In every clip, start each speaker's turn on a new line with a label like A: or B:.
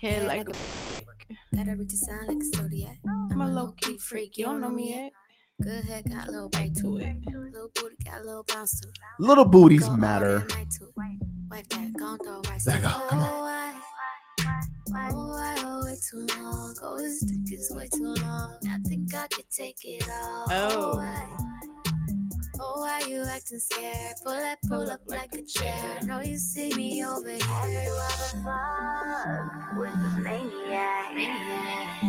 A: head like
B: That every sound like a zodiac. I'm a low key freak, you don't know me yet. Good head got a little bite to it. Little booty got a little bounce to it.
C: Little booties
B: Go all
C: matter.
B: that night to it. Wipe that, go and throw rice.
C: There you go, come on.
B: Oh, I- oh, I owe it too long. Oh, this dick is way too long. I think I could take it all.
A: Oh.
B: I- Oh, why you acting scared? Pull up, pull up like a chair. No, you see me over here. You are the with the maniac.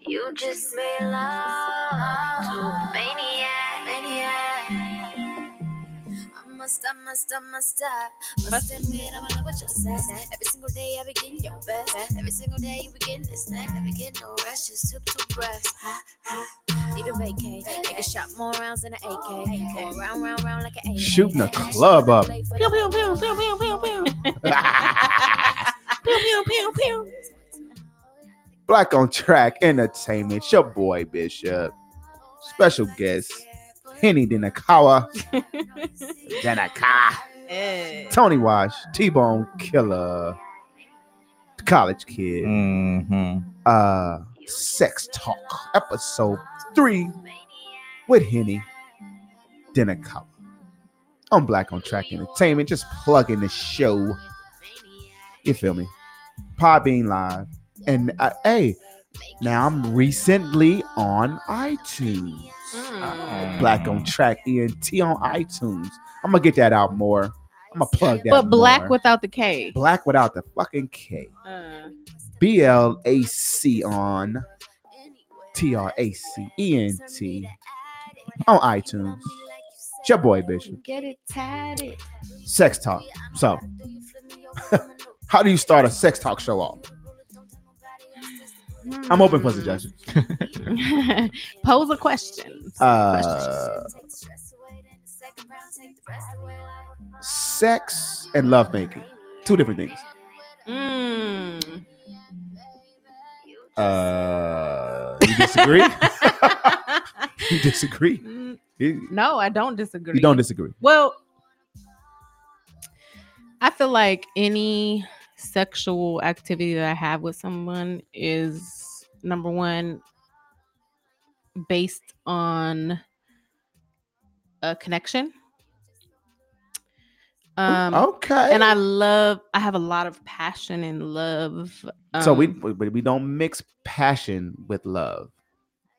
B: You just made love to a maniac. maniac. I must, I must, I must stop. Must admit, I'm in love with your sex. Every single day, I begin your best. Every single day, you begin this snack. I begin no rush, just took two breaths. Ha, ha. Need a vacay. Make a shot more rounds than an AK. Go round, round, round like an AK.
C: Shooting the club up.
B: Pew,
A: Pew, pew, pew, pew, pew, pew, pew. Pew, pew, pew, pew.
C: Black on Track Entertainment. It's your boy Bishop. Special guest Henny Denakawa, Denakawa,
A: Eh.
C: Tony Wash, T Bone Killer, College Kid.
D: Mm-hmm.
C: uh sex talk episode three with henny denakawa on black on track entertainment just plugging the show you feel me podbean live and uh, hey now i'm recently on itunes
A: Mm.
C: black on track ent on itunes i'm gonna get that out more i'm gonna plug that
A: But black
C: more.
A: without the K.
C: black without the fucking k
A: Uh,
C: B L A C on T R A C E N T on iTunes. It's your boy Bishop.
B: Get it tatted.
C: Sex talk. So, how do you start a sex talk show off?
B: Hmm.
C: I'm open
A: Mm.
C: for suggestions.
A: Pose a question.
C: Uh, sex and love making, two different things.
A: Mm.
C: Uh, you disagree? you disagree?
A: Mm,
C: You,
A: no, I don't disagree.
C: you don't disagree?
A: Well, I feel like any sexual activity that I have with someone is number one based on a connection. Um
C: Oh, okay.
A: and I love I have a lot of passion and love.
C: so we
A: um,
C: but we don't mix passion with love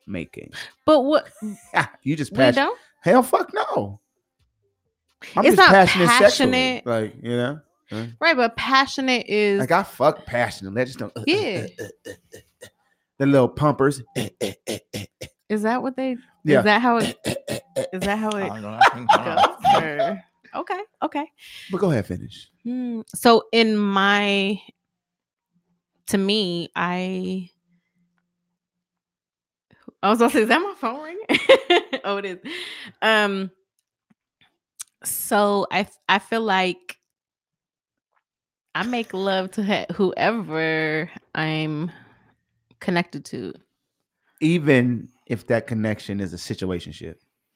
C: making.
A: but what
C: you just
A: we
C: passion.
A: don't
C: Hell, fuck no. I'm
A: It's
C: just
A: not
C: passionate, sexually.
A: passionate.
C: Like you know,
A: right, but passionate is
C: like I fuck passionately. I just don't. uh,
A: yeah.
C: The little pumpers. Uh,
A: Is that what they
C: Yeah.
A: is that how
C: uh,
A: it is that how it goes? or- okay, okay.
C: But go ahead, finish.
A: Hmm. So in my to me, I I was gonna say, is that my phone ringing? oh, it is. Um so I f- I feel like I make love to he- whoever I'm connected to.
C: Even if that connection is a situationship,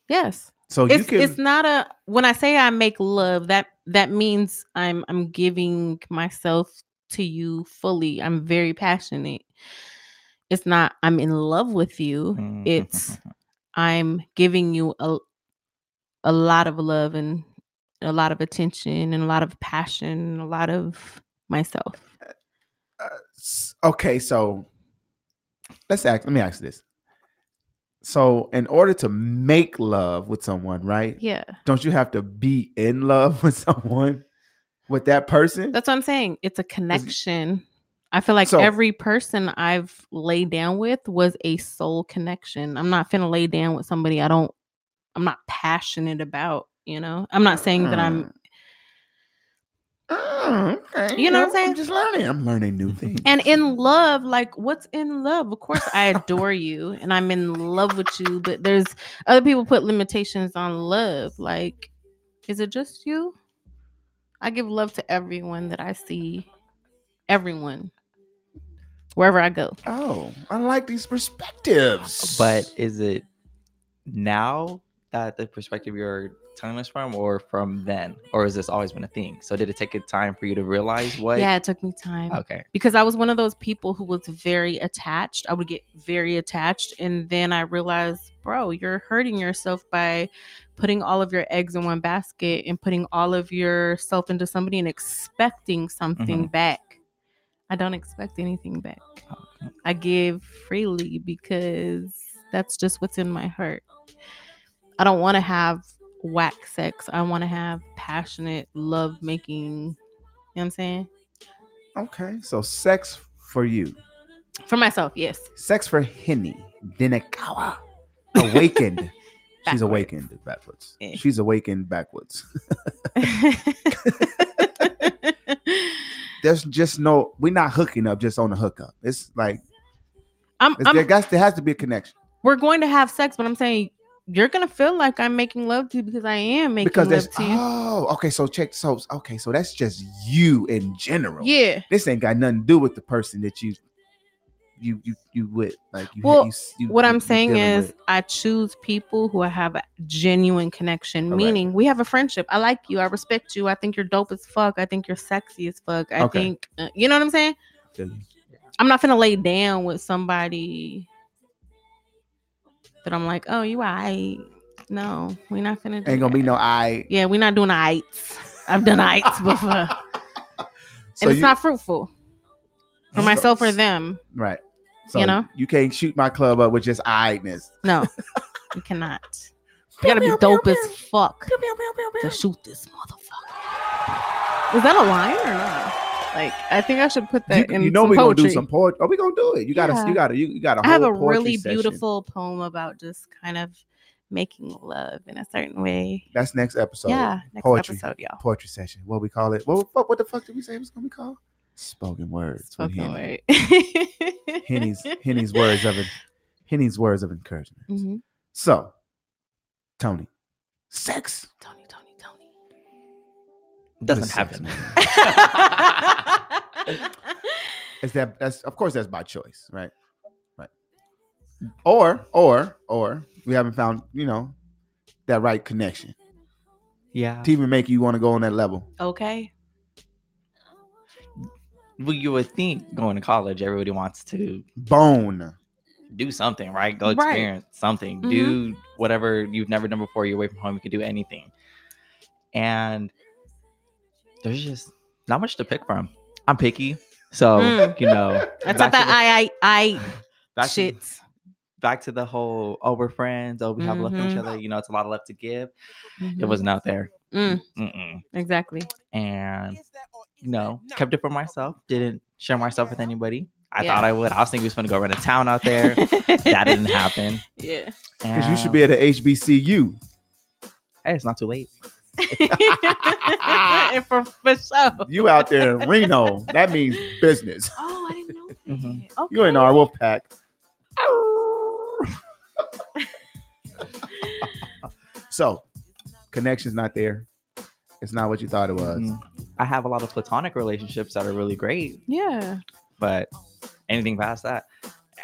A: Yes.
C: so Oh, you
A: it's,
C: can.
A: it's not a when i say i make love that that means i'm i'm giving myself to you fully i'm very passionate it's not i'm in love with you
D: Mm-hmm.
A: it's
C: Mm-hmm.
A: i'm giving you a a lot of love and a lot of attention and a lot of passion and a lot of myself
C: Uh, s- okay, so let's ask. Let me ask this. So, in order to make love with someone, right?
A: yeah
C: Don't you have to be in love with someone, with that person?
A: that's what i'm saying it's a connection i feel like
C: So-
A: every person i've laid down with was a soul connection i'm not finna lay down with somebody i don't i'm not passionate about you know i'm not saying that i'm
C: Mm, okay.
A: You know what I'm
C: Well,
A: saying?
C: just learning. I'm learning new things.
A: and in love like what's in love of course i adore you and i'm in love with you but there's other people put limitations on love like is it just you i give love to everyone that i see everyone wherever i go
C: oh, I like these perspectives.
D: But is it now that the perspective you're timeless from or from then? Or has this always been a thing? So did it take a time for you to realize what?
A: yeah, it took me time
D: Okay.
A: because I was one of those people who was very attached. I would get very attached. And then I realized, bro, you're hurting yourself by putting all of your eggs in one basket and putting all of yourself into somebody and expecting something back. I don't expect anything back.
D: Okay.
A: I give freely because that's just what's in my heart. I don't want to have whack sex. I want to have passionate love making. You know what I'm saying?
C: Okay, so sex for you,
A: For myself, yes.
C: sex for Henny Denekawa, awakened. She's
A: Backwards.
C: awakened backwards.
A: Eh.
C: She's awakened backwards. There's just no. We're not hooking up just on the hookup. It's like
A: I'm,
C: it's, there,
A: I'm,
C: has, there has to be a connection
A: we're going to have sex, but I'm saying you're gonna feel like I'm making love to you because I am making
C: because there's
A: love to you.
C: oh okay. So check so okay. So that's just you in general.
A: Yeah.
C: this ain't got nothing to do with the person that you you you you with like you,
A: Well,
C: you, you-
A: What
C: you
A: I'm saying
C: dealing
A: is
C: with.
A: I choose people who I have a genuine connection,
C: All right.
A: meaning we have a friendship. I like you, I respect you, I think you're dope as fuck, I think you're sexy as fuck. I
C: Okay.
A: think uh, you know what I'm saying? I'm not gonna lay down with somebody that I'm like, oh, you I no, we're not gonna do
C: ain't gonna be
A: that.
C: no I.
A: Yeah, we're not doing ites. I've done ites before.
C: So
A: and it's
C: you-
A: not fruitful for
C: so-
A: myself or them.
C: right. So
A: you know?
C: you can't shoot my club up with just eyedness.
A: No, you cannot. You gotta be dope as fuck to shoot this motherfucker. Is that a line or not? Like, I think I should put
C: You,
A: that in
C: you know
A: some
C: we gonna
A: poetry.
C: do some poetry. Are we gonna do it? You gotta
A: Yeah.
C: you gotta you, you gotta.
A: I have
C: whole
A: a
C: poetry
A: really
C: session.
A: beautiful poem about just kind of making love in a certain way.
C: That's next episode.
A: yeah, next
C: poetry.
A: episode, y'all.
C: Poetry session. What we call it? What what, what the fuck did we say it was gonna be called? Spoken words. with
A: Spoken
C: Henny.
A: word.
C: Henny's Henny's words of it. Henny's words of encouragement.
A: Mhm.
C: So, Tony, sex.
A: Tony, Tony, Tony.
D: Doesn't
C: With sex,
D: happen.
C: man.
A: I
C: Is that that's of course that's by choice, right? Right. Or or or we haven't found you know that right connection
D: yeah.
C: to even make you want to go on that level.
A: okay.
D: Well, you would think going to college, everybody wants to
C: Bone.
D: do something, right? Go
A: Right. Mm-hmm.
D: experience something, do whatever you've never done before. You're away from home, you could do anything. And there's just not much to pick from. I'm picky, so
A: Mm.
D: you know.
A: That's
D: back
A: not
D: to
A: that
D: the-
A: I I I
D: back to-
A: shit.
D: back to the whole oh we're friends, oh we have love for each
A: Mhm.
D: other. You know, it's a lot of love to give. It
A: Mhm.
D: wasn't out there.
A: Mm,
D: Mm-mm.
A: exactly.
D: And you know, kept it for myself. Didn't share myself with anybody. I
A: Yeah.
D: thought I would. I was thinking we was gonna go run a town out there. that didn't happen.
A: Yeah.
C: Because you should be at a HBCU.
D: Hey, it's not too late.
A: and for, for sure.
C: You out there in Reno. That means business.
A: Oh, I didn't know. That.
D: Mhm.
A: Okay.
C: Mm-hmm. You in our wolf pack. so, connection's not there. It's not what you thought it was.
D: Mm. I have a lot of platonic relationships that are really great,
A: Yeah.
D: but anything past that,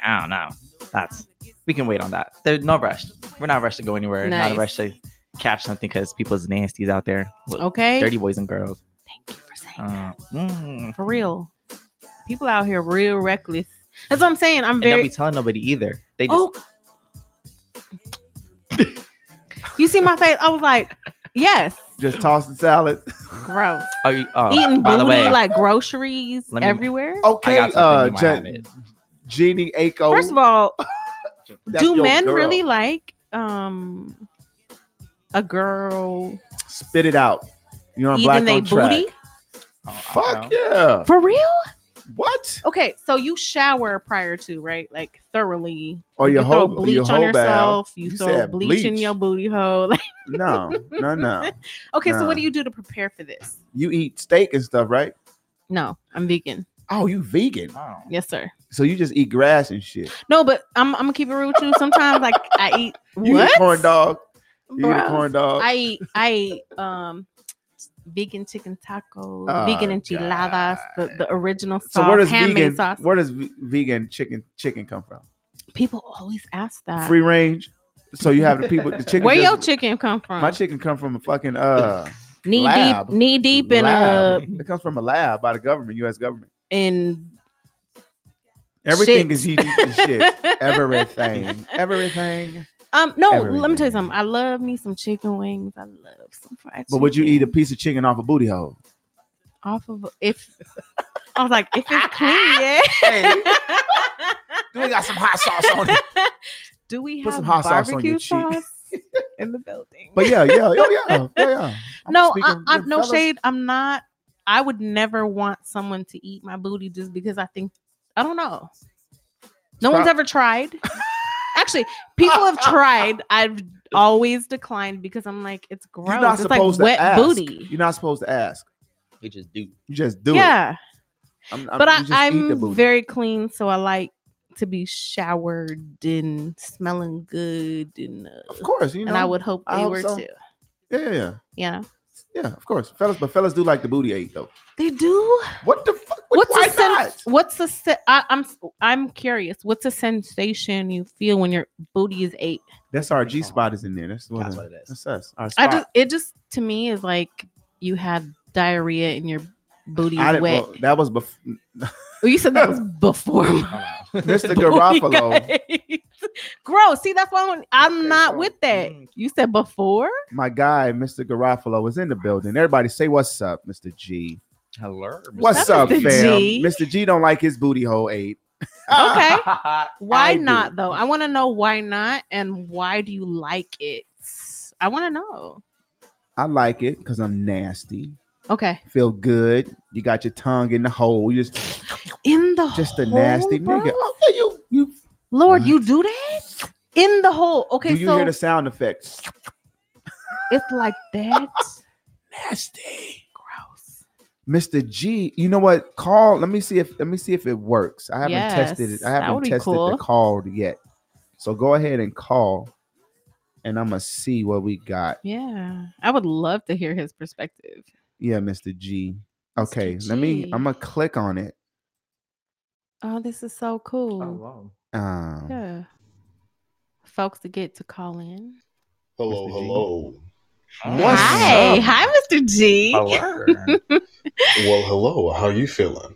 D: I don't know. That's we can wait on that. There's no rush. We're not rushed to go anywhere. Not
A: Nice.
D: a rush to catch something because people's nasties out there. Look,
A: Okay.
D: Dirty boys and girls.
A: Thank you for saying that.
D: Uh, mm.
A: For real. People out here real reckless. That's what I'm saying. I'm
D: And don't be
A: very.
D: telling nobody either. They just
A: Oh. you see my face? I was like, yes.
C: Just toss the salad.
A: Gross.
D: oh, you- oh,
A: Eating
D: by
A: booty
D: the way,
A: like groceries
D: Let me-
A: everywhere.
D: I
C: Okay,
D: got something
C: uh,
D: you might
C: Je-
D: have it.
C: Jeannie Aiko.
A: First of all,
C: oh, that's
A: do
C: your
A: men
C: girl.
A: really like um a girl
C: spit it out? You're on black
A: eating they
C: on track.
A: booty?
D: Oh, I
C: Fuck
D: don't know.
C: yeah!
A: For real?
C: What?
A: Okay, so you shower prior to, right? Like thoroughly.
C: Or Oh, your
A: you throw
C: whole
A: bleach
C: your
A: on
C: whole bow?
A: yourself. You,
C: You
A: throw
C: said
A: bleach, in
C: bleach.
A: your booty hole. Like,
C: No, no, no.
A: okay, so
C: Nah.
A: what do you do to prepare for this?
C: You eat steak and stuff, right?
A: No, I'm vegan.
C: Oh, you vegan?
D: I don't know.
A: Yes, sir.
C: So you just eat grass and shit?
A: No, but I'm I'm gonna keep it real with you. Sometimes like I eat
C: You
A: what?
C: eat a corn dog? You eat
A: Bruh.
C: a corn dog?
A: I eat I eat um vegan chicken tacos, vegan
C: Oh,
A: enchiladas, the, the original sauce,
C: So where does
A: handmade
C: vegan
A: sauce.
C: where does ve- vegan chicken chicken come from?
A: People always ask that.
C: Free range. So you have the people. The chicken.
A: Uh. Where your
C: just-
A: chicken come from?
C: My chicken come from a fucking uh
A: knee
C: lab.
A: deep, knee deep in
C: lab.
A: uh
C: It comes from a lab by the government, U.S. government.
A: in
C: Everything
A: Shit.
C: is unique and shit. Everything. Everything.
A: Um, no, let me
C: Everything.
A: tell you something. I love me some chicken wings. I love some fried.
C: But would you eat a
A: chicken
C: piece of chicken off a booty hole?
A: off of if? I was like, if it's clean, yeah.
C: Hey, we got some hot sauce on it.
A: Do we
C: Put
A: have
C: some hot sauce on
A: barbecue
C: your cheek.
A: sauce in the building?
C: But yeah, yeah, oh yeah, yeah, yeah. I'm
A: no,
C: speaking
A: I, I'm
C: with
A: no
C: fellas.
A: shade. I'm not. I would never want someone to eat my booty just because I think I don't know. No one's
C: Stop.
A: ever tried. Actually, people have tried. I've always declined because I'm like, it's gross.
C: You're not
A: it's like
C: supposed
A: wet
C: to ask.
A: booty.
C: You're not supposed to ask.
D: We just do.
C: You just do it.
A: yeah.
C: I'm, I'm,
A: but
C: you
A: I,
C: just eat the
A: I'm
C: booty.
A: very clean, so I like to be showered and smelling good, and uh,
C: Of course, you know.
A: and I would hope
C: I
A: they
C: hope
A: were
C: so.
A: too.
C: Yeah, yeah, yeah,
A: Yeah,
C: yeah. Of course, fellas. But fellas do like the booty ate though.
A: they do.
C: What the fuck?
A: What's
C: Why
A: a sen-
C: not?
A: What's the se- I, I'm I'm curious. What's a sensation you feel when your booty is ate?
C: That's our G spot is in there. That's what.
D: That's
C: it-
D: what it is.
C: That's us. Our
A: I
C: spot.
A: just it just to me is like you had diarrhea and your booty
C: I
A: is
C: didn't-
A: wet.
C: well, that was before.
A: Oh, you said that was before.
D: Oh,
C: Mr.
A: booty
C: Garofalo,
A: got ate. Gross. See, that's why I'm, I'm
C: Okay,
A: not
C: so-
A: with that.
D: Mm.
A: You said before.
C: my guy, Mr. Garofalo, was in the building. Everybody say what's up, Mr. G.
D: Hello.
C: What's
A: That was
C: up,
A: the
C: fam?
A: G.
C: Mr. G don't like his booty hole ate.
A: Okay. Why
C: I do.
A: not though? I want to know why not and why do you like it? I want to know.
C: I like it because I'm nasty.
A: Okay.
C: Feel good. You got your tongue in the hole. You just
A: In the
C: just a
A: hole,
C: nasty
A: bro?
C: nigga. Oh, yeah, you you
A: Lord,
C: What?
A: you do that? In the hole. Okay,
C: do you
A: so
C: hear the sound effects?
A: it's like that.
C: Nasty.
A: Gross.
C: Mr. G, you know what? Call. Let me see if let me see if it works. I haven't tested
A: Yes,
C: it. I
A: that would
C: haven't
A: be
C: tested
A: cool.
C: the call yet. So go ahead and call, and I'm gonna see what we got.
A: Yeah. I would love to hear his perspective.
C: Yeah, Mr. G.
A: Mr.
C: Okay, let me.
A: G.
C: I'm gonna click on it.
A: Oh, this is so
D: Oh,
A: cool.
C: Um,
A: Yeah. Folks to get to call in.
E: Hello,
C: Mr. G.
E: hello.
D: What's
A: hi.
D: up?
A: Hi, Mr. G.
D: Hello.
E: Well, hello. How you feeling?
C: We're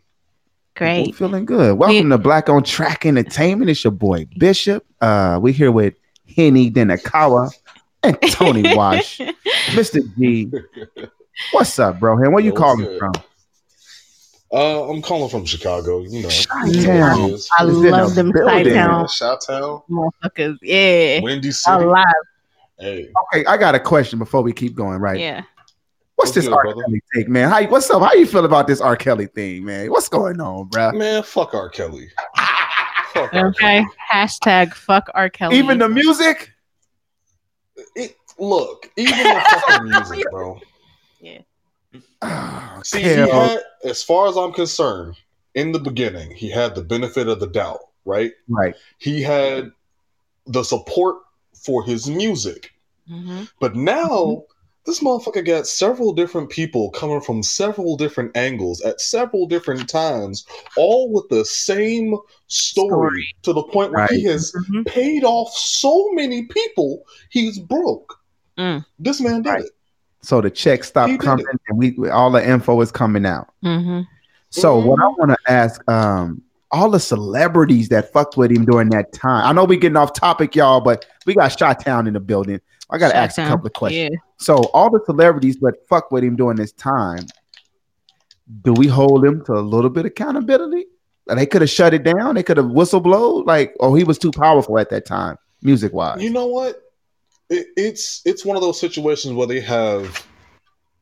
A: Great.
C: feeling good. Welcome to Black on Track Entertainment. It's your boy Bishop. Uh, we here with Henny Denakawa and Tony Wash. Mr. G, what's up, bro? And where you
E: Yo, what's
C: calling
E: good?
C: from?
E: Uh, I'm calling from Chicago. You know,
C: Chi-town.
E: you know what it is.
A: I
C: It's in
A: love
C: a
A: them side
C: building.
A: town
E: Chi-town,
A: motherfuckers. Yeah.
E: Windy City.
A: Alive.
E: Hey,
C: Okay, I got a question before we keep going. Right?
A: Yeah.
C: What's
E: What's
C: this
E: good,
C: R.
E: brother?
C: Kelly take, man? How, what's up? How you feel about this R. Kelly thing, man? What's going on, bro?
E: man, fuck R. Kelly. Fuck R.
A: Okay. Hashtag fuck R. Kelly.
C: Even the music?
E: Kelly. It, look, even the fucking music, bro.
C: Oh,
E: See, he
C: hell,
E: had, as far as I'm concerned, in the beginning, he had the benefit of the doubt, right?
C: right.
E: He had the support for his music.
A: Mhm.
E: But now
A: Mm-hmm.
E: this motherfucker got several different people coming from several different angles at several different times, all with the same story,
A: Story. Mm-hmm.
E: to the point where he
C: Right.
E: has paid off so many people, he's broke.
A: Mm.
E: This man did
C: Right.
E: it.
C: So the check
E: He
C: stopped
E: did
C: coming, and we all the info is coming out.
A: Mhm.
C: So what I
E: Mhm.
C: want to ask, um, all the celebrities that fucked with him during that time. I know we getting off topic, y'all, but we got Shot Town in the building. I gotta ask
A: Shot
C: a
A: down.
C: couple of questions. So all the celebrities that fuck with him during this time, do we hold him to a little bit of accountability? Like, They could have shut it down. They could have whistleblowed. Like, oh, he was too powerful at that time, music wise.
E: You know what? It, it's it's one of those situations where they have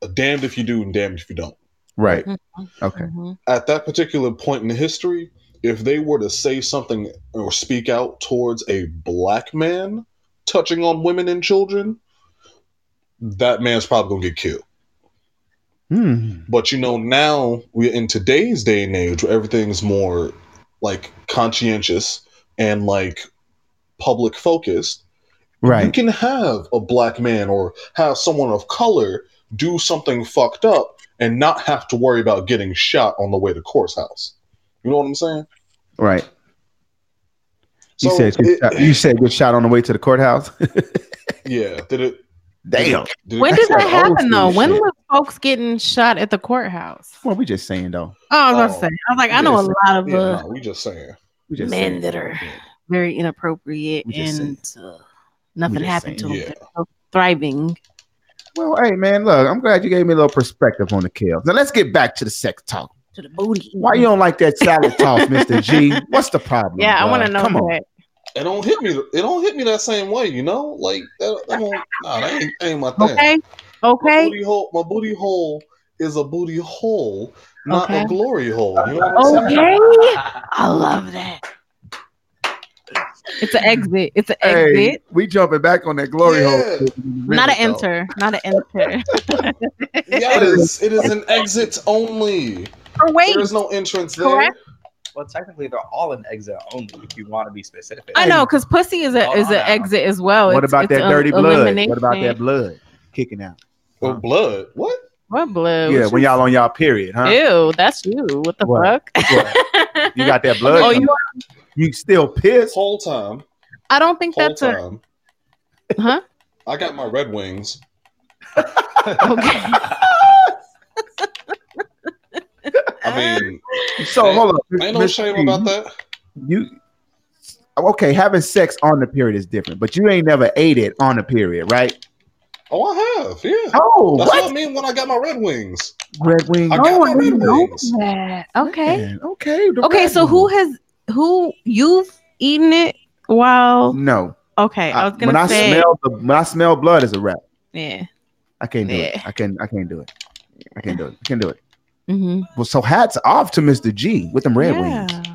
E: a damned if you do and damned if you don't.
C: Right.
A: Yeah.
C: Okay.
A: Mhm.
E: at that particular point in history, if they were to say something or speak out towards a black man touching on women and children, that man's probably gonna get killed.
C: Hmm.
E: But you know, now we're in today's day and age where everything's more like conscientious and like public focused. You
C: Right.
E: can have a black man or have someone of color do something fucked up and not have to worry about getting shot on the way to courthouse. You know what I'm saying?
C: Right. You
E: So
C: said good
E: it-
C: shot- you said good shot on the way to the courthouse.
E: yeah. Did it?
C: Damn.
E: Did it Oh,
A: When did
C: That's
A: that
E: old
A: happen
E: school
A: though? When
E: shit?
A: were folks getting shot at the courthouse?
C: Well, we just saying though.
A: Oh, I was about
E: Oh,
A: to say. I was like, I know a
C: yes.
A: lot of
E: Yeah,
A: uh,
E: no, we just saying.
C: We just
A: men
C: saying.
A: that are very inappropriate
C: We just
A: and uh, nothing
C: just
A: happened
C: saying,
A: to them.
E: yeah.
A: They're still Thriving.
C: Well, hey man, look, I'm glad you gave me a little perspective on the kills. Now let's get back to the sex talk.
A: To the booty.
C: Why you don't like that salad toss, Mister G? What's the problem?
A: Yeah, I
C: bruh?
A: want to know
C: Come on,
A: that.
E: It don't hit me. It don't hit me that same way. You know, like that. that won't, nah, that ain't, that ain't my thing.
A: Okay.
E: My
A: Okay.
E: booty hole. My booty hole is a booty hole, not
A: Okay. Oh.
E: a glory hole. You know what I'm saying?
A: Okay. I love that.
B: It's
A: It's an exit. It's an
C: hey,
A: exit.
C: we jumping back on that glory
E: Yeah.
C: hole.
A: Not an
E: Really, though.
A: enter. Not an enter.
E: Yes, it is an exit only.
A: Or wait.
E: There is no entrance there.
A: Correct.
D: Well, technically, they're all an exit only if you want to be specific.
A: I know, because pussy is a
D: Hold
A: is
D: on
A: an
D: now.
A: exit as well.
C: What
A: Oh, It's-
C: about
A: it's
C: that
A: a-
C: dirty blood? What about
A: elimination.
C: that blood kicking out?
E: Or Oh, blood. What?
A: What blood?
C: yeah,
A: What
C: when
A: you-
C: y'all on y'all period, huh?
A: Ew, that's you. What the
C: What?
A: fuck?
C: What? You got that blood?
A: oh,
C: coming
A: you.
C: out. you, still pissed?
E: Whole time.
A: I don't think
E: Whole
A: that's a
E: time.
A: huh.
E: I got my red wings.
A: Okay.
E: I mean,
A: Ah.
C: So
E: Ain't-
C: hold up,
E: ain't no
C: Miss
E: shame
C: G,
E: about that.
C: You okay? Having sex on the period is different, but you ain't never ate it on the period, right?
E: Oh, I have. Yeah.
C: Oh,
E: That's
C: what?
E: what I mean when I got my red wings.
C: Red wing.
E: I got
C: Oh,
E: my red
C: didn't know
E: wings.
A: Yeah, Okay.
C: that. Okay. the
A: Okay.
C: red
A: So who
C: wing.
A: has who you've eaten it while?
C: No.
A: Okay, I was gonna
C: when I
A: say.
C: smell the when I smell blood is a wrap.
A: yeah.
C: I can't do it.
A: Yeah.
C: I can I can't do it. I can't do it. I can't do it.
A: Mm-hmm.
C: Well, so hats off to Mr. G with them red
A: yeah.
C: wings.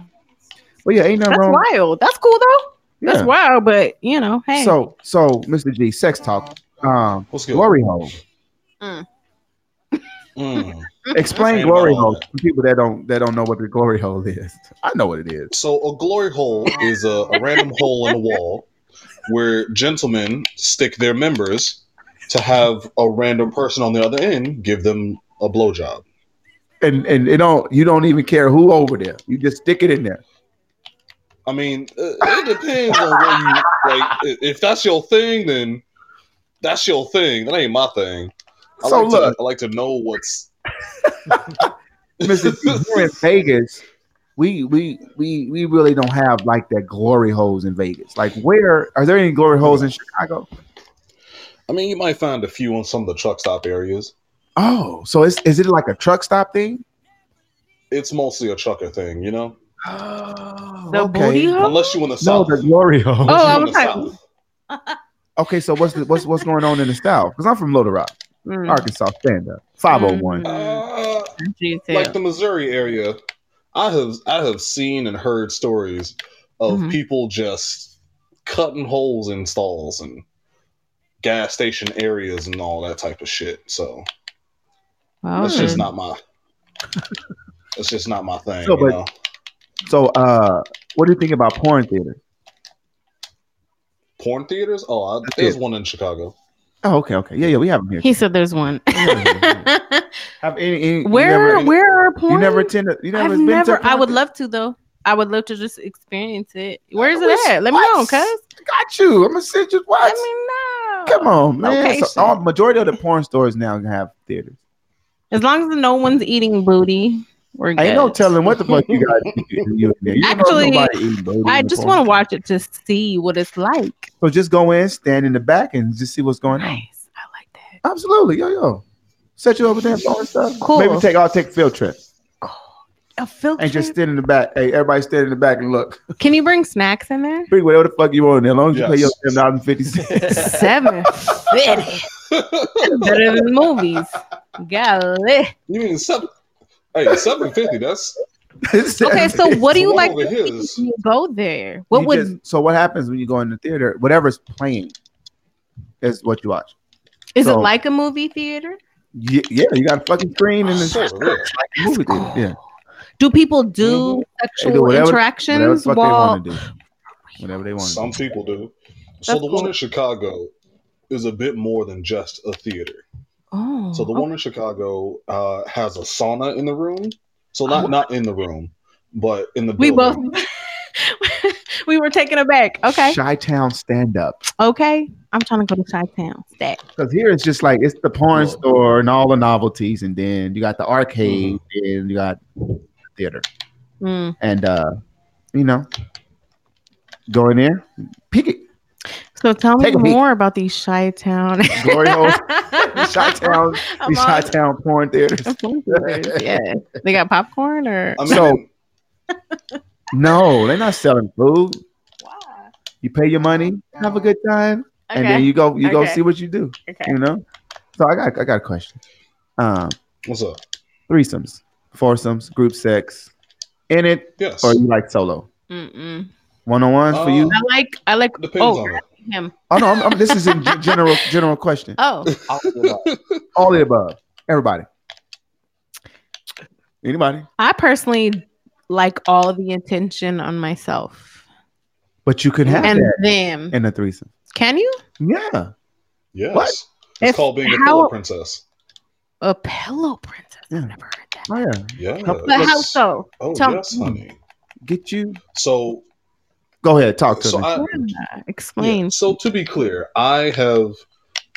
C: Well, yeah, ain't nothing
A: That's
C: wrong.
A: wild. That's cool though. That's
C: Yeah.
A: wild, but you know, hey.
C: So so Mr. G, sex talk. Um,
E: What's good?
C: glory hole.
E: Mm.
C: Explain
E: Ain't
C: glory
E: about all
C: hole to people that don't that don't know what the glory hole is. I know what it is.
E: So a glory hole is a, a random hole in the wall where gentlemen stick their members to have a random person on the other end give them a blowjob.
C: And and it don't you don't even care who over there. You just stick it in there.
E: I mean, uh, it depends on where you like. i- If that's your thing, then that's your thing. That ain't my thing. I
C: so
E: like
C: look,
E: to, I like to know what's.
C: Mr. G, we're in Vegas. We we we we really don't have like that glory holes in Vegas. Like, where are there any glory holes in Chicago?
E: I mean, you might find a few on some of the truck stop areas.
C: Oh, so is is it like a truck stop thing?
E: It's mostly a trucker thing, you know,
C: Oh,
A: The booty hole?
E: unless you in the
C: No,
E: south.
C: the glory hole.
A: Oh,
E: Unless
A: I
E: you in
A: was
E: the
A: like-
E: South.
C: Okay, so what's the, what's what's going on in the South? Because I'm from Little Rock,
A: Mm.
C: Arkansas. Stand up, five hundred one.
E: Uh,
A: Jeez,
E: like
A: yeah.
E: the Missouri area, I have I have seen and heard stories of
A: Mhm.
E: people just cutting holes in stalls and gas station areas and all that type of shit. So
A: Well,
E: that's just
A: then.
E: not my that's just not my thing.
C: So,
E: you
C: but-
E: know?
A: Hmm.
C: So, uh, what do you think about porn theater?
E: Porn theaters? Oh, I,
C: That's
E: there's
C: it.
E: one in Chicago.
C: Oh, okay, okay, yeah, yeah, we have them here.
A: He said there's one.
C: Have any, any you
A: where
C: never-
A: where are porn?
C: you never attended? You never
A: I've
C: been to?
A: never.
C: a porn
A: I would
C: theater?
A: love to though. I would love to just experience it. Where is
C: What?
A: it at? Let me know, cuz.
C: Got you. I'm gonna send you. What?
A: Let me know.
C: Come on, man.
A: Location.
C: So all majority of the porn stores now have theaters.
A: As long as no one's eating booty, we're good.
C: Ain't no telling what the fuck you got you in there. You don't know
A: Actually,
C: nobody eating booty
A: I
C: in the
A: just
C: porn
A: want to
C: store.
A: watch it to see what it's like.
C: So just go in, stand in the back, and just see what's going on.
A: Nice. I like that.
C: Absolutely, yo yo. Set you up with that phone stuff.
A: Cool.
C: Maybe take I'll take field trip
A: A field
C: and just
A: trip.
C: stand in the back. Hey, everybody stand in the back and look.
A: Can you bring snacks in there?
C: Bring whatever the fuck you want in there, as long as you pay your
E: Yes.
C: ten dollars and fifty cents.
A: Seven fifty. Better than movies. Golly.
E: You mean seven? Hey, seven fifty. That's
A: Okay, so what do you
E: Come
A: like
E: over
A: to
E: here.
A: see when you go there? What
C: You
A: would
C: just- so what happens when you go in the theater? Whatever's playing is what you watch.
A: is
C: so-
A: it like a movie theater?
C: Yeah, yeah you got a fucking screen
A: Oh,
C: and it's
E: sort
C: like
E: of yeah.
C: a movie theater. Yeah,
A: Do people do
C: They
A: sexual
C: do whatever- whatever the
A: interactions
C: fuck they
A: while
C: want to do, whatever they want.
E: Some people do. So
A: That's
E: the
A: cool.
E: one in Chicago is a bit more than just a theater.
A: Oh,
E: So the one in Chicago uh, has a sauna in the room. So
A: Oh.
E: not not in the room, but in the
A: we both
E: building.
A: we were taken aback. Okay.
C: Chi Town stand up.
A: Okay. I'm trying to go to Chi Town. Stack.
C: Because here it's just like it's the porn store and all the novelties, and then you got the arcade, and you got theater,
A: Mm.
C: and uh, you know, go in there, pick it.
A: So tell me
C: Take a peek.
A: more about these Chi Town.
C: Glory hole, Chi-town- these Chi Town porn theaters.
A: Yeah. They got popcorn or
E: I mean,
C: So- No, they're not selling food.
A: Why? Oh,
C: You pay your money, have a good time,
A: Okay.
C: and then you go, you go
A: Okay.
C: see what you do.
A: okay.
C: You know. So I got, I got a question. Um,
E: what's up?
C: threesomes, foursomes, group sex, in it,
E: Yes.
C: or you like solo,
A: Mm-mm.
C: one on ones for you.
E: Uh,
A: I like I like
E: Depends
A: oh
E: on it.
A: him.
C: Oh no, I'm, I'm- this is in g- general general question.
A: Oh.
D: All of the above.
C: All the above, everybody, anybody,
A: I personally like all the attention on myself
C: but you could have
A: and
C: that
A: them.
C: in a threesome.
A: Can you?
C: Yeah,
E: Yes.
C: What?
E: It's
A: It's
E: called being a
A: how-
E: pillow princess.
A: A pillow princess.
C: Yeah.
A: I've never heard that.
C: oh yeah,
E: Yeah.
C: But
A: But how
E: that's-
A: so?
E: Oh,
A: Tell-
E: yes, honey.
C: get you.
E: So,
C: Go ahead, talk to
E: so
C: me.
E: I,
A: Yeah,
E: Yeah,
A: Explain.
E: so to be clear, I have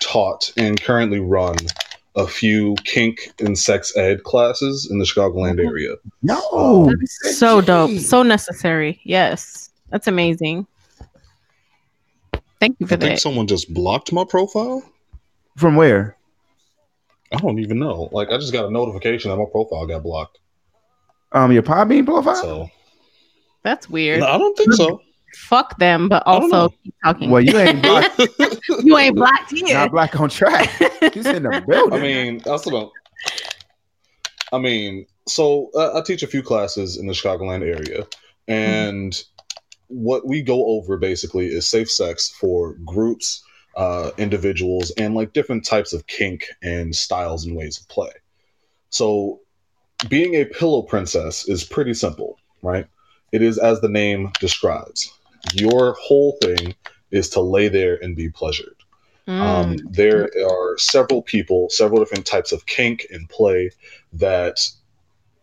E: taught and currently run a few kink and sex ed classes in the Chicagoland
A: Oh,
E: area.
C: no,
A: So dope.
C: Gee.
A: So necessary. Yes. That's amazing. Thank you for
E: I think
A: that.
E: someone just blocked my profile.
C: from where?
E: I don't even know. Like I just got a notification that my profile got blocked.
C: Um, your pod being profile.
E: So
A: That's weird.
E: no, I don't think so.
A: Fuck them, but
E: I don't
A: also
E: know.
A: keep talking.
C: well, you ain't black,
A: you ain't blocked here.
C: not black on track. He's in the building.
E: I mean, that's about. I mean, so uh, I teach a few classes in the Chicagoland area, and what we go over basically is safe sex for groups, uh, individuals, and like different types of kink and styles and ways of play. So, being a pillow princess is pretty simple, right? It is as the name describes. Your whole thing is to lay there and be pleasured. Um,
A: Mm.
E: there are several people, several different types of kink and play that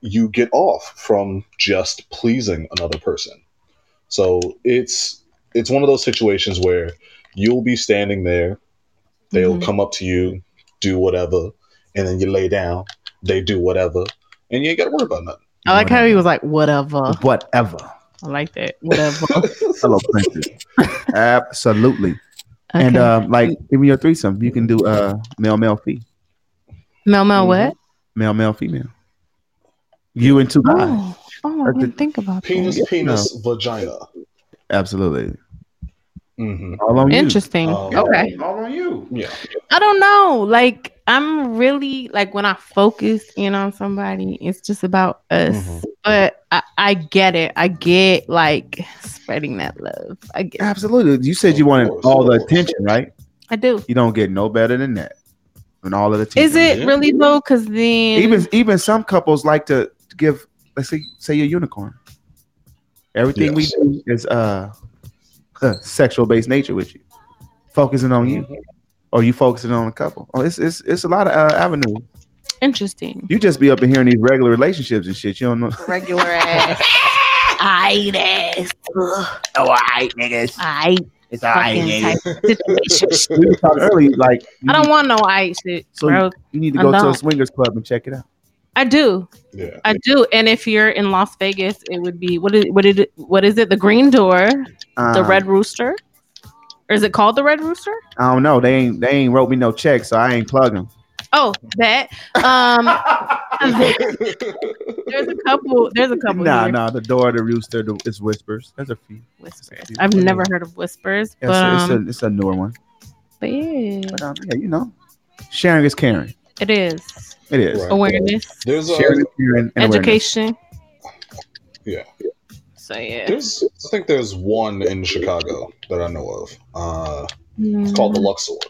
E: you get off from just pleasing another person. So it's it's one of those situations where you'll be standing there, they'll
A: Mhm.
E: come up to you, do whatever, and then you lay down, they do whatever, and you ain't gotta worry about nothing.
A: I like how he was like, whatever.
C: whatever.
A: I like that. Whatever.
C: uh, Hello, princess. Absolutely. And
A: Okay.
C: um, like even your threesome, you can do uh male, male, fee,
A: Mel Mel
E: mhm.
A: what?
C: male, male, female. You and two guys.
A: Oh, oh, I
C: That's
A: didn't think about
E: Penis,
A: that.
E: penis, vagina.
C: Absolutely.
E: hmm
C: All on
A: Interesting.
E: Um,
C: you.
A: okay.
C: All on you.
E: Yeah.
A: I don't know. Like I'm really like when I focus in on somebody, it's just about us.
C: Mm-hmm.
E: Mhm.
A: But I, I get it. I get like spreading that love. I get.
C: Absolutely. You said you
E: Of
C: wanted
E: course,
C: all the
E: of course.
C: attention, right?
A: I do.
C: You don't get no better than that. And all of the attention.
A: Is it
E: Yeah.
A: really though? Because then
C: even even some couples like to give let's say say a unicorn. Everything
E: Yes.
C: we do is uh, uh sexual based nature with you. Focusing on you.
E: Mhm.
C: Or you focusing on a couple. Oh, it's it's it's a lot of uh, avenues.
A: interesting.
C: You just be up in here in these regular relationships and shit. You don't know.
A: Regular ass. I eat ass. Ugh,
B: Oh, I niggas.
A: I eat
B: It's
A: fucking type situation.
C: We were talking earlier, like you,
A: I don't
C: need,
A: want no I eat shit,
C: So
A: bro.
C: you need to
A: I
C: go to a
A: don't.
C: swingers club and check it out.
A: I do.
E: Yeah.
A: I do. And if you're in Las Vegas, it would be what is what is it, what is it? The Green Door, the
C: Um,
A: Red Rooster, or is it called the Red Rooster?
C: I don't know. They ain't they ain't wrote me no check, so I ain't plugging.
A: Oh, that. Um, there's a couple. There's a couple.
C: Nah,
A: here.
C: nah. The door, the rooster, the, it's whispers. That's a few.
A: Whispers. I've never heard of whispers,
C: Yeah,
A: but
C: it's, a,
A: um,
C: it's, a, it's a newer one.
A: but yeah,
C: But um, yeah, you know, sharing is caring.
A: it is
C: It is.
E: Right.
A: awareness,
E: There's um, a
C: Sharing is caring. and awareness.
A: education.
E: Yeah.
A: So yeah.
E: There's, I think there's one in Chicago that I know of. Uh, it's called the Luxor.
A: Mm.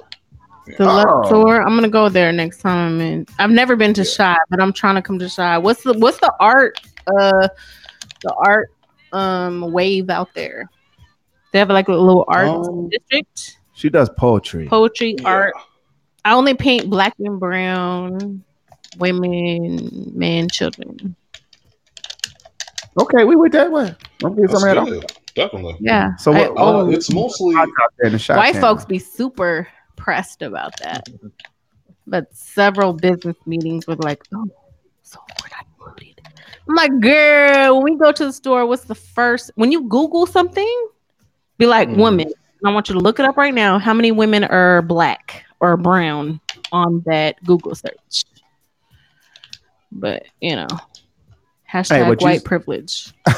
A: The
C: Oh.
A: Luxor. I'm gonna go there next time, and I've never been to Shy, but I'm trying to come to Shy. What's the What's the art? Uh, the art um wave out there. They have like a little art
E: Um,
A: district,
C: She does poetry.
A: poetry,
E: Yeah.
A: art. I only paint black and brown women, men, children.
C: okay, we went that way. Don't get
E: That's
C: some of that.
E: good. definitely.
A: Yeah.
C: So what?
A: I-
C: what
E: Uh,
A: Oh.
E: it's mostly
C: out there in the shot
A: White
C: town?
A: folks be super pressed about that. But several business meetings were like, oh, so we're not included. I'm like, girl, when we go to the store, what's the first? When you Google something, be like,
E: Mhm.
A: women. And I want you to look it up right now. How many women are black or brown on that Google search? But, you know, hashtag
C: but you-
A: white privilege.
D: Oh.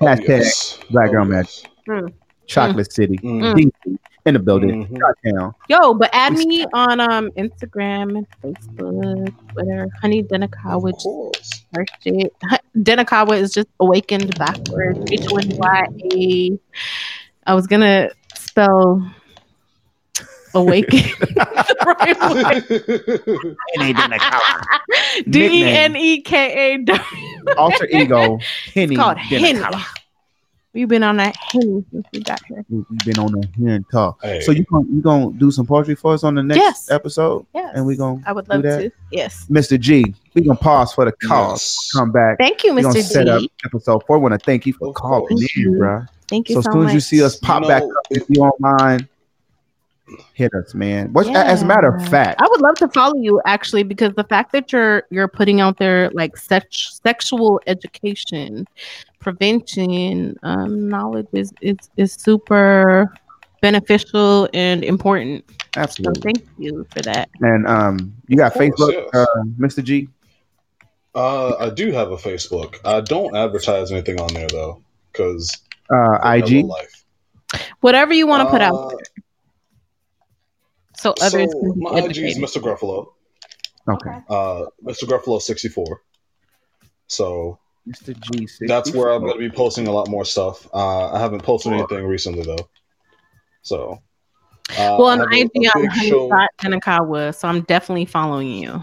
C: Hashtag
E: yes.
C: Black Girl
E: Oh,
C: Magic.
A: Mm.
C: Chocolate City.
E: Mm.
C: DC, in the building.
E: Mhm.
C: Shot town.
A: Yo, but add me on um Instagram and Facebook, Twitter, Honey Denakawa.
E: Of course.
A: Just search it. Hu- Denakawa is just awakened backwards. H N Y A. I was gonna spell awaken. D e n e k a. dot-
C: Alter ego. Henny.
A: It's called
C: Dennis
A: Henny.
C: Howard.
A: We've been on that Henny since we got here.
C: We- We've been on the here and talk.
E: Hey.
C: So you gonna you gonna do some poetry for us on the next
A: Yes.
C: episode,
A: Yes.
C: and we gonna
A: I would
C: do
A: love
C: that?
A: to. Yes.
C: Mr. G. We gonna pause for the cause.
E: Yes.
C: Come back.
A: Thank you,
C: We gonna
A: Mr.
C: set up
A: G.
C: episode four. Want to thank you for
E: Of
C: calling
A: course.
C: in, bro.
A: Thank you
C: So
A: so,
C: as soon as you see
A: much.
C: us pop
E: You
C: back
E: know,
C: up, if you online, hit us, man. What, As a matter of
A: Yeah. Oh,
C: fact,
A: I would love to follow you actually because the fact that you're you're putting out there like sex, sexual education, prevention, um, knowledge is is is super beneficial and important. So
E: Mm.
C: absolutely.
A: thank you for that.
C: And um, you got
E: Of course,
C: Facebook,
E: yes.
C: uh, Mr. G.
E: Uh, I do have a Facebook. I don't advertise anything on there though, because
C: Uh, IG.
E: Life.
A: Whatever you want to put out,
E: Uh,
A: so others
E: so
A: can be
E: my IG is
A: educated.
E: Mr. Gruffalo.
C: Okay.
E: Uh, Mr. Gruffalo sixty four. So
C: Mr. G.
E: that's where I'm going to be posting a lot more stuff. Uh, I haven't posted anything recently though, so. Uh,
A: Well,
E: I
A: on
E: have a-
A: IG,
E: a
A: I'm
E: big show-
A: Honey Denakawa, so I'm definitely following you.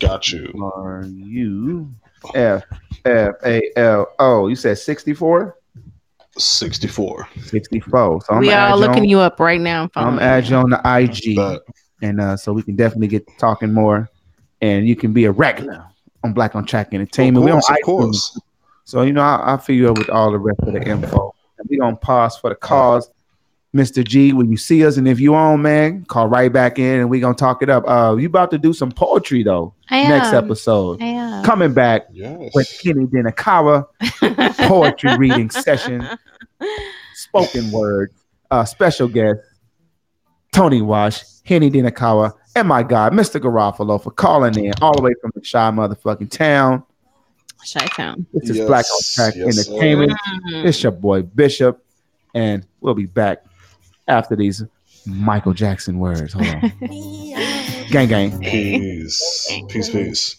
E: Got you.
C: Are you F F A L O? You said 64?
E: 64.
C: 64. Oh, So I'm
A: we
C: gonna add
A: are
C: you
A: looking
C: on-
A: you up right now. and following
C: I'm gonna add you on the IG,
E: But
C: and uh, so we can definitely get talking more. And you can be a regular on Black on Track Entertainment.
E: of
C: we on
E: course, of
C: iTunes.
E: course.
C: So you know, I, I fill you up with all the rest of the info. And we gonna pause for the cause, Mister G. When you see us, and if you on, man, call right back in, and we gonna talk it up. Uh, you about to do some poetry though.
A: I am.
C: Next episode,
A: I am.
C: coming back
E: Yes.
C: with Kenny Denakawa poetry reading session, spoken word, uh, special guest Tony Wash, Henny Denakawa, and my God, Mister Garofalo for calling in all the way from the shy motherfucking town.
A: Shy Town.
C: This is
E: Yes,
C: Black on Track
E: yes, sir.
C: Entertainment.
A: Mm.
C: It's your boy Bishop, and we'll be back after these Michael Jackson words. Hold on. gang, gang.
A: Mm.
E: Peace. Peace, peace.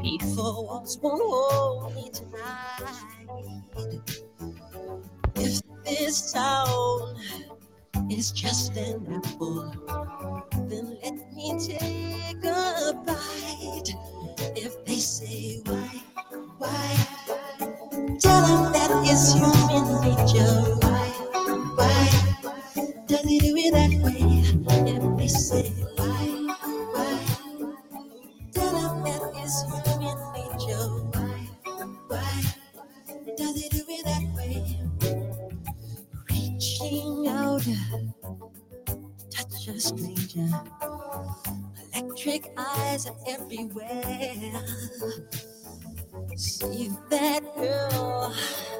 A: Peace.
B: folks won't hold me tonight. If this town is just an apple, then let me take a bite. If they say why, why, tell them that it's human nature. Why, why, does it do it that way? If they say why, why. Tell him that is human nature. Why, why does it do it that way? Reaching out, touch a stranger. Electric eyes are everywhere. See that girl